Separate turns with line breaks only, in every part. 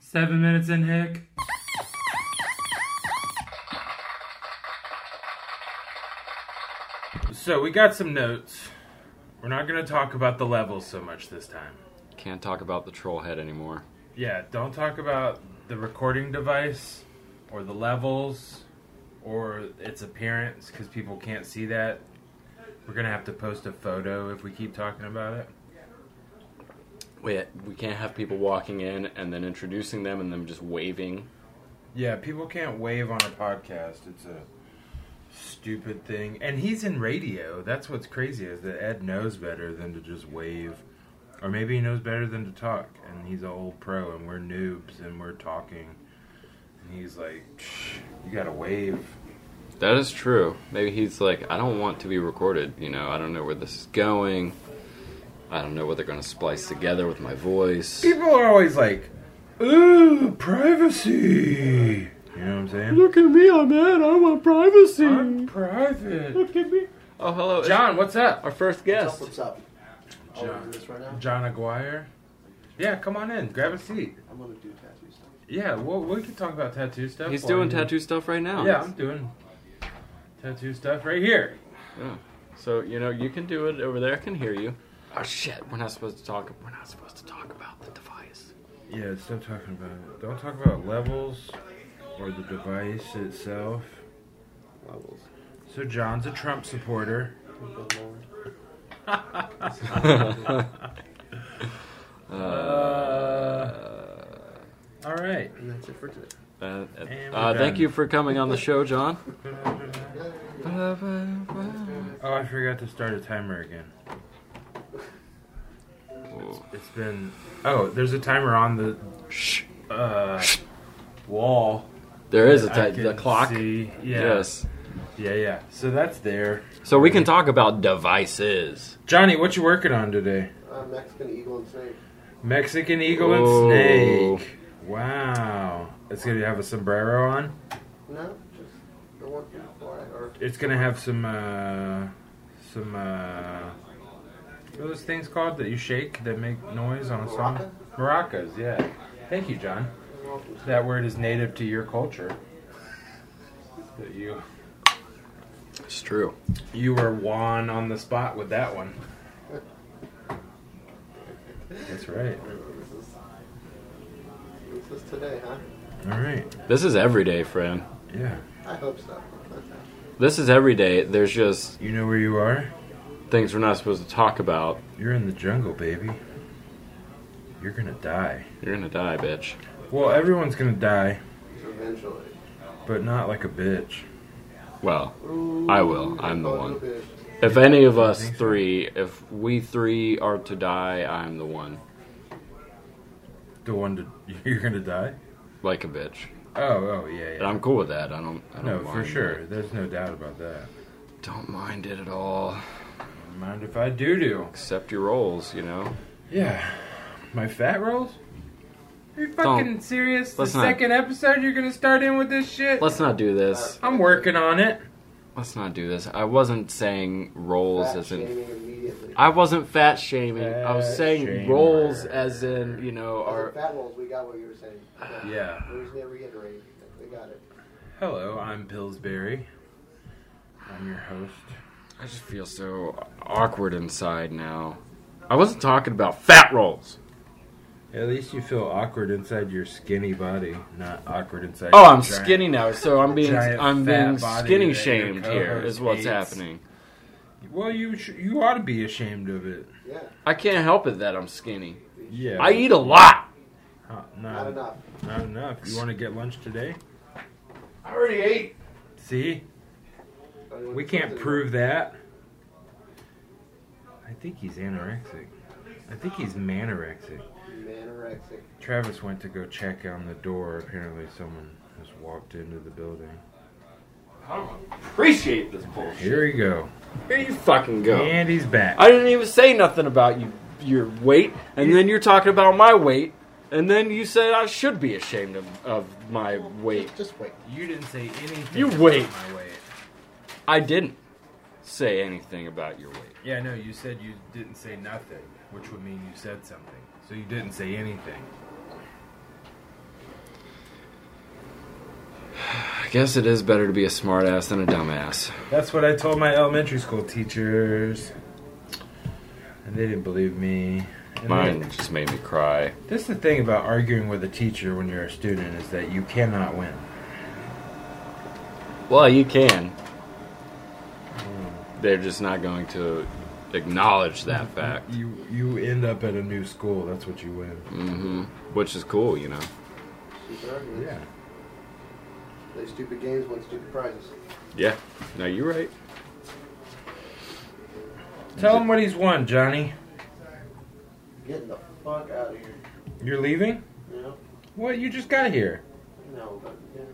Seven minutes in, Hick. So we got some notes. We're not going to talk about the levels so much this time.
Can't talk about the troll head anymore.
Yeah, don't talk about the recording device or the levels or its appearance because people can't see that. We're going to have to post a photo if we keep talking about it.
Wait, we can't have people walking in and then introducing them and them just waving.
Yeah, people can't wave on a podcast. It's a stupid thing. And he's in radio. That's what's crazy is that Ed knows better than to just wave. Or maybe he knows better than to talk. And he's an old pro and we're noobs and we're talking. And he's like, "Shh, you gotta wave.
That is true. Maybe he's like, I don't want to be recorded. You know, I don't know where this is going. I don't know what they're going to splice together with my voice.
People are always like, ooh, privacy. You know what I'm saying?
Look at me, I'm Ed. I want privacy.
I'm private.
at me. Oh, hello. John,
John, what's up?
our first
What's up?
guest.
What's up? I'll
John.
do this right now.
John Aguirre. Yeah, come on in. Grab a seat.
I'm gonna do tattoo stuff.
Yeah, well, we could talk about tattoo stuff.
He's
while
doing
you-
tattoo stuff right now.
Yeah, I'm doing tattoo stuff right here.
So, you know, you can do it over there. I can hear you. Oh, shit. We're not supposed to talk. We're not supposed to talk about the device.
Yeah, stop talking about it. Don't talk about levels or the device itself.
Levels.
So John's a Trump supporter.
Uh.
Uh, All right.
And that's it for today.
Uh, uh,
And we're
uh, thank
done.
you for coming on the show, John.
Oh, I forgot to start a timer again. It's been. Oh, there's a timer on the
Shh.
uh, wall.
There is a
I
ti- the
can
clock.
see. Yeah.
Yes.
Yeah, yeah. So that's there.
So we can talk about devices.
Johnny, what you working on today?
Uh, Mexican eagle and snake.
Mexican eagle
Whoa.
and snake. Wow. It's gonna have a sombrero on.
No, just the one from before I or
It's gonna have some uh some uh what are those things called that you shake that make noise on a song? Maracas, yeah. Thank you, John. That word is native to your culture. That you
It's true.
you were won on the spot with that one. That's right.
this is this is today, huh?
All right.
This is every day, friend.
Yeah.
I hope so. That's it.
This is every day. There's just
You know where you are?
things we're not supposed to talk about.
You're in the jungle, baby. You're gonna die.
You're gonna die, bitch.
Well, everyone's gonna die,
Eventually.
but not like a bitch.
Well, I will. I'm the
Oh,
one.
little bit.
If any of us
Think so?
three, if we three are to die, I'm the one.
The one to you're gonna die?
Like a bitch.
Oh, oh yeah,
And
yeah.
I'm cool with that. I don't. I don't
No, for
mind
sure. There's no doubt about that.
it. Don't mind it at all.
Mind if I do do?
Accept your roles, you know.
Yeah. My fat rolls? Are you
Don't.
fucking serious? The
Let's not-
second episode you're gonna start in with this shit?
Let's not do this.
I'm working on it.
Let's not do this. I wasn't saying roles
Fat
as in
shaming immediately.
I wasn't fat shaming. I was
Fat
saying
shamer.
roles as in, you know,
As in
are
fat rolls, we got what you were saying. Okay.
Yeah.
We just need to reiterate. We got it.
Hello, I'm Pillsbury. I'm your host.
I just feel so awkward inside now. I wasn't talking about fat rolls.
At least you feel awkward inside your skinny body, not awkward inside.
Oh,
your
I'm
giant-
skinny now, so I'm being
giant
I'm
fat
being
body that
skinny
your
shamed here
co-host
is what's
hates.
happening.
Well, you sh- you ought to be ashamed of it.
Yeah.
I can't help it that I'm skinny.
Yeah.
I eat a lot.
Huh,
Not
not,
enough.
not enough. You want to get lunch today?
I already ate.
See,
Anyone
we
who
can't
says
prove that. I think he's anorexic. I think he's manorexic.
anyone is Anorexic.
Travis went to go check on the door. Apparently, someone has walked into the building.
I don't appreciate this bullshit.
Here we go.
Here you fucking go.
And he's back.
I didn't even say nothing about you, your weight, and then you're talking about my weight, and then you said I should be ashamed of, of my weight.
Just wait.
you didn't say anything.
You wait.
about my weight.
I didn't. say anything about your weight.
Yeah, no, you said you didn't say nothing, which would mean you said something. So you didn't say anything.
I guess it is better to be a smartass than a dumbass.
That's what I told my elementary school teachers. And they didn't believe me. And
Mine just made me cry.
they- That's the thing about arguing with a teacher when you're a student is that you cannot win.
Well, you can. They're just not going to acknowledge that fact.
You you end up at a new school. That's what you win.
hmm Which is cool, you know.
Stupid arguments.
Yeah.
Play stupid games, win stupid prizes.
Yeah. No, you're right.
Tell him what he's won, Johnny.
Get the fuck out of here.
You're leaving?
You know?
What? You just got here.
No, but you know,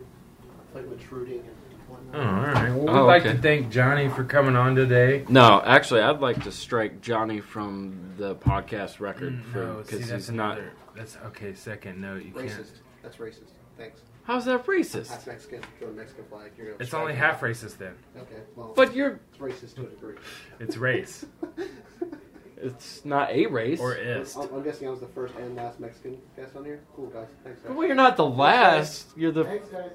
it's like intruding and
Oh,
whatnot.
all right. Well, we'd
Oh,
like
okay.
to thank Johnny for coming on today.
No, actually, I'd like to strike Johnny from the podcast record for
Mm, No, see,
because
that's
he's not.
another- That's okay. Second note, you
Racist.
can't.
That's racist. Thanks.
How's that racist?
That's Mexican. Join the Mexican flag. You're gonna
It's
strike
only
it.
half racist then.
Okay. Well,
But you're.
it's racist to a degree.
It's race
It's not a race.
or
I'm,
ist.
I'm guessing I was the first and last Mexican guest on here. Cool guys. Thanks. Guys.
Well, you're not the last. You're the.
Thanks guys.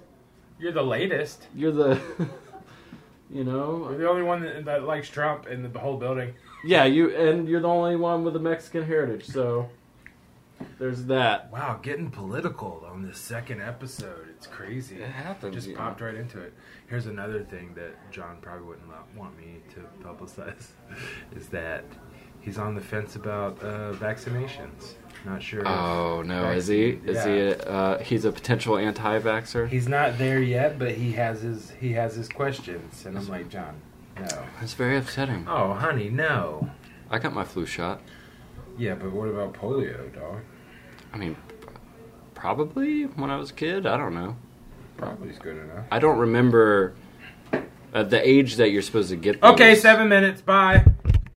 You're the latest.
You're the. You
You're
know.
the only one that, that likes Trump in the whole building.
Yeah, you and you're the only one with a Mexican heritage, so there's that.
Wow, getting political on this second episode. It's crazy.
It happens,
Just
you
popped right into it. Here's another thing that John probably wouldn't lo- want me to publicize is that he's on the fence about uh, vaccinations. Not sure.
Oh no, is he? Is he?
Yeah.
A, uh, he's a potential anti-vaxer.
He's not there yet, but he has his he has his questions, and I'm like, John, no.
That's very upsetting.
Oh, honey, no.
I got my flu shot.
Yeah, but what about polio, dog?
I mean, probably when I was a kid. I don't know.
Probably's good enough.
I don't remember uh, the age that you're supposed to get.
Okay,
those.
seven minutes. Bye.